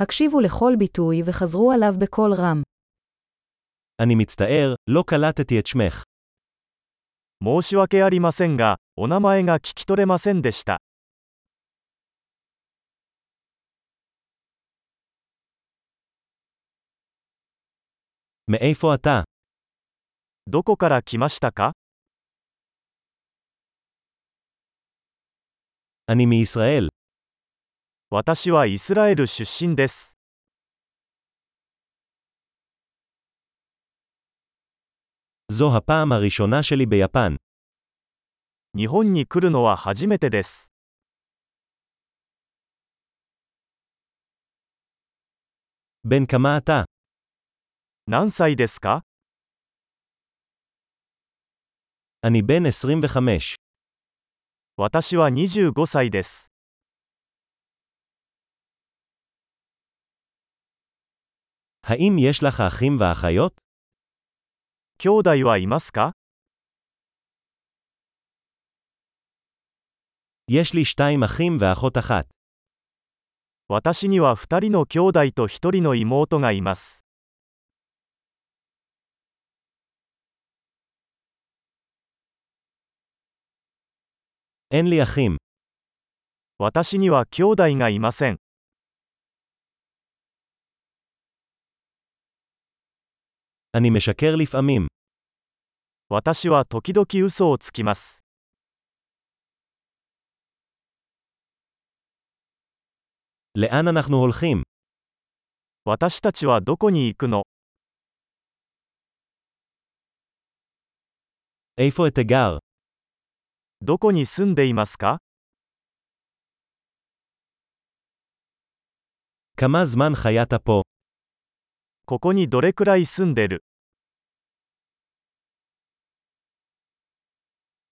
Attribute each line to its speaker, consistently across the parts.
Speaker 1: הקשיבו לכל ביטוי וחזרו עליו בקול רם.
Speaker 2: אני מצטער, לא קלטתי את שמך.
Speaker 3: 申し訳ありませんが、お名前が聞き取れませんでした。
Speaker 2: מאיפה אתה?
Speaker 3: どこから来ましたか
Speaker 2: אני מישראל.
Speaker 3: 私はイスラエル出身です。
Speaker 2: זו הפעם הראשונה שלי ביפן.
Speaker 3: 日本に来るのは初めてです。
Speaker 2: בן כמה אתה?
Speaker 3: 何歳ですか
Speaker 2: אני בן 25.
Speaker 3: 私は25歳です。
Speaker 2: האם יש לך אחים ואחיות?
Speaker 3: 兄弟はいますか
Speaker 2: יש לי שתיים אחים ואחות אחת.
Speaker 3: 私には2人の兄弟と1人の妹がいます。
Speaker 2: אין לי אחים.
Speaker 3: 私には兄弟がいません。
Speaker 2: אני משקר לפעמים.
Speaker 3: 私は時々嘘をつきます。
Speaker 2: לאן אנחנו הולכים?
Speaker 3: 私たちはどこに行くの
Speaker 2: איפה את הגר?
Speaker 3: どこに住んでいますか
Speaker 2: כמה זמן חיית פה?
Speaker 3: ここにどれくらい住んでる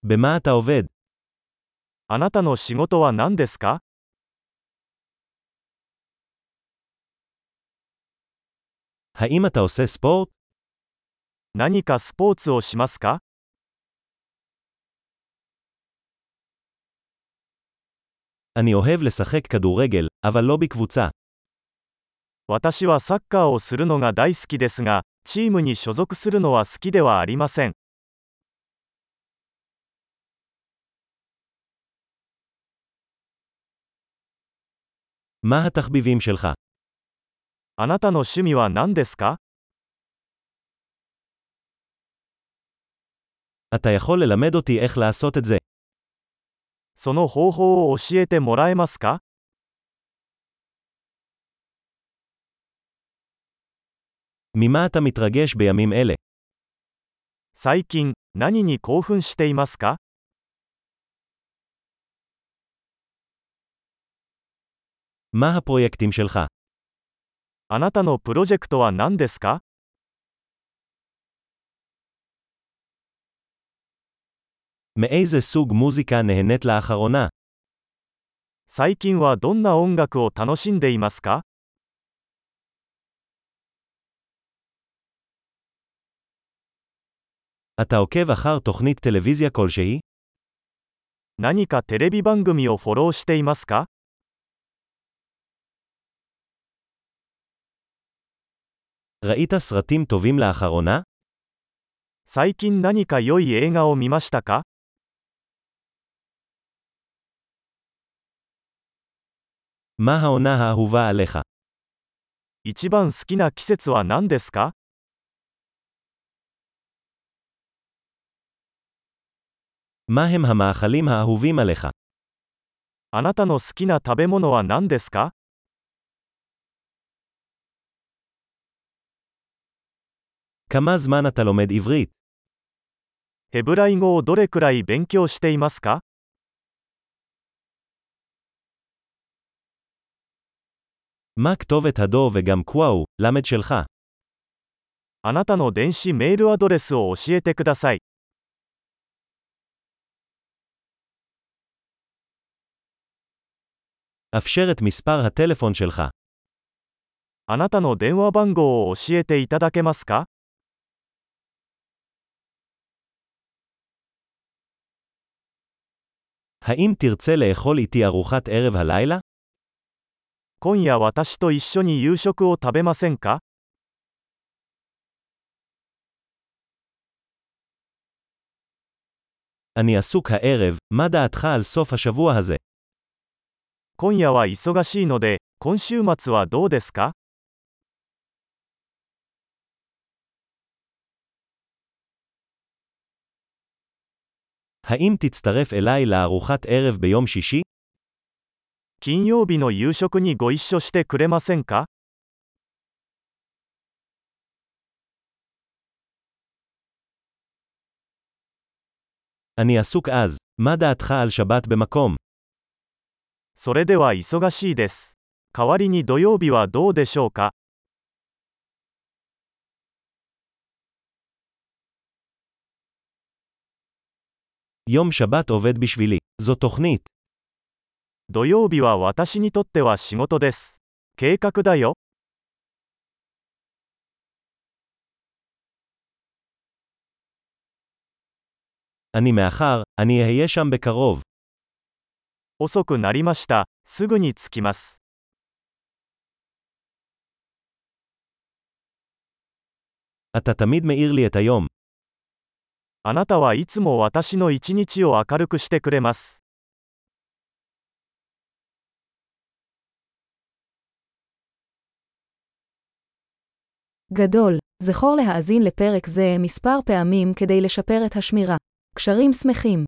Speaker 2: במה אתה עובד?
Speaker 3: あなたの仕事は何ですか
Speaker 2: האם אתה עושה ספורט?
Speaker 3: 何かスポーツをしますか
Speaker 2: אני אוהב לשחק כדורגל, אבל לא בקבוצה.
Speaker 3: 私はサッカーをするのが大好きですが、チームに所属するのは好きではありません。
Speaker 2: מה התחביבים שלך?
Speaker 3: あなたの趣味は何ですか
Speaker 2: אתה יכול ללמד אותי איך לעשות את זה.
Speaker 3: その方法を教えてもらえますか
Speaker 2: ממה אתה מתרגש בימים אלה?
Speaker 3: 最近、何に興奮していますか
Speaker 2: מה הפרויקטים שלך?
Speaker 3: あなたのプロジェクトは何ですか
Speaker 2: מאיזה סוג מוזיקה נהנית לאחרונה?
Speaker 3: 最近はどんな音楽を楽しんでいますか
Speaker 2: אתה עוקב אחר תוכנית טלוויזיה כלשהי?
Speaker 3: 何かテレビ番組をフォローしていますか
Speaker 2: ראית סרטים טובים לאחרונה?
Speaker 3: 最近何か良い映画を見ましたか
Speaker 2: מה העונה האהובה עליך?
Speaker 3: 一番好きな季節は何ですか
Speaker 2: מה הם המאכלים האהובים עליך?
Speaker 3: あなたの好きな食べ物は何ですか
Speaker 2: כמה זמן אתה לומד עברית?
Speaker 3: ヘブライ語をどれくらい勉強していますか
Speaker 2: מה כתובת הדו וגם קוואו, למד שלך?
Speaker 3: あなたの電子メールアドレスを教えてください。
Speaker 2: אפשר את מספר הטלפון שלך.
Speaker 3: あなたの電話番号を教えていただけますか
Speaker 2: האם תרצה לאכול איתי ארוחת ערב הלילה?
Speaker 3: 今夜私と一緒に夕食を食べませんか
Speaker 2: אני עסוק הערב, מה דעתך על סוף השבוע הזה?
Speaker 3: 今夜は忙しいので、今週末はどうですか
Speaker 2: האם תצטרף אליי לארוחת ערב ביום שישי?
Speaker 3: 金曜日の夕食にご一緒してくれませんか
Speaker 2: אני עסוק אז, מה דעתך על שבת במקום?
Speaker 3: それでは忙しいです。代わりに土曜日はどうでしょうか
Speaker 2: יום שבת עובד בשבילי, זו תוכנית.
Speaker 3: 土曜日は私にとっては仕事です。計画だよ。
Speaker 2: אני מאחר, אני אהיה שם בקרוב.
Speaker 3: 遅くなりました。すぐに着きます。
Speaker 2: אתה תמיד מאיר לי את היום.
Speaker 3: あなたはいつも私の一日を明るくしてくれます。
Speaker 1: גדול. זכור להאזין לפרק זה מספר פעמים כדי לשפר את השמירה. קשרים שמחים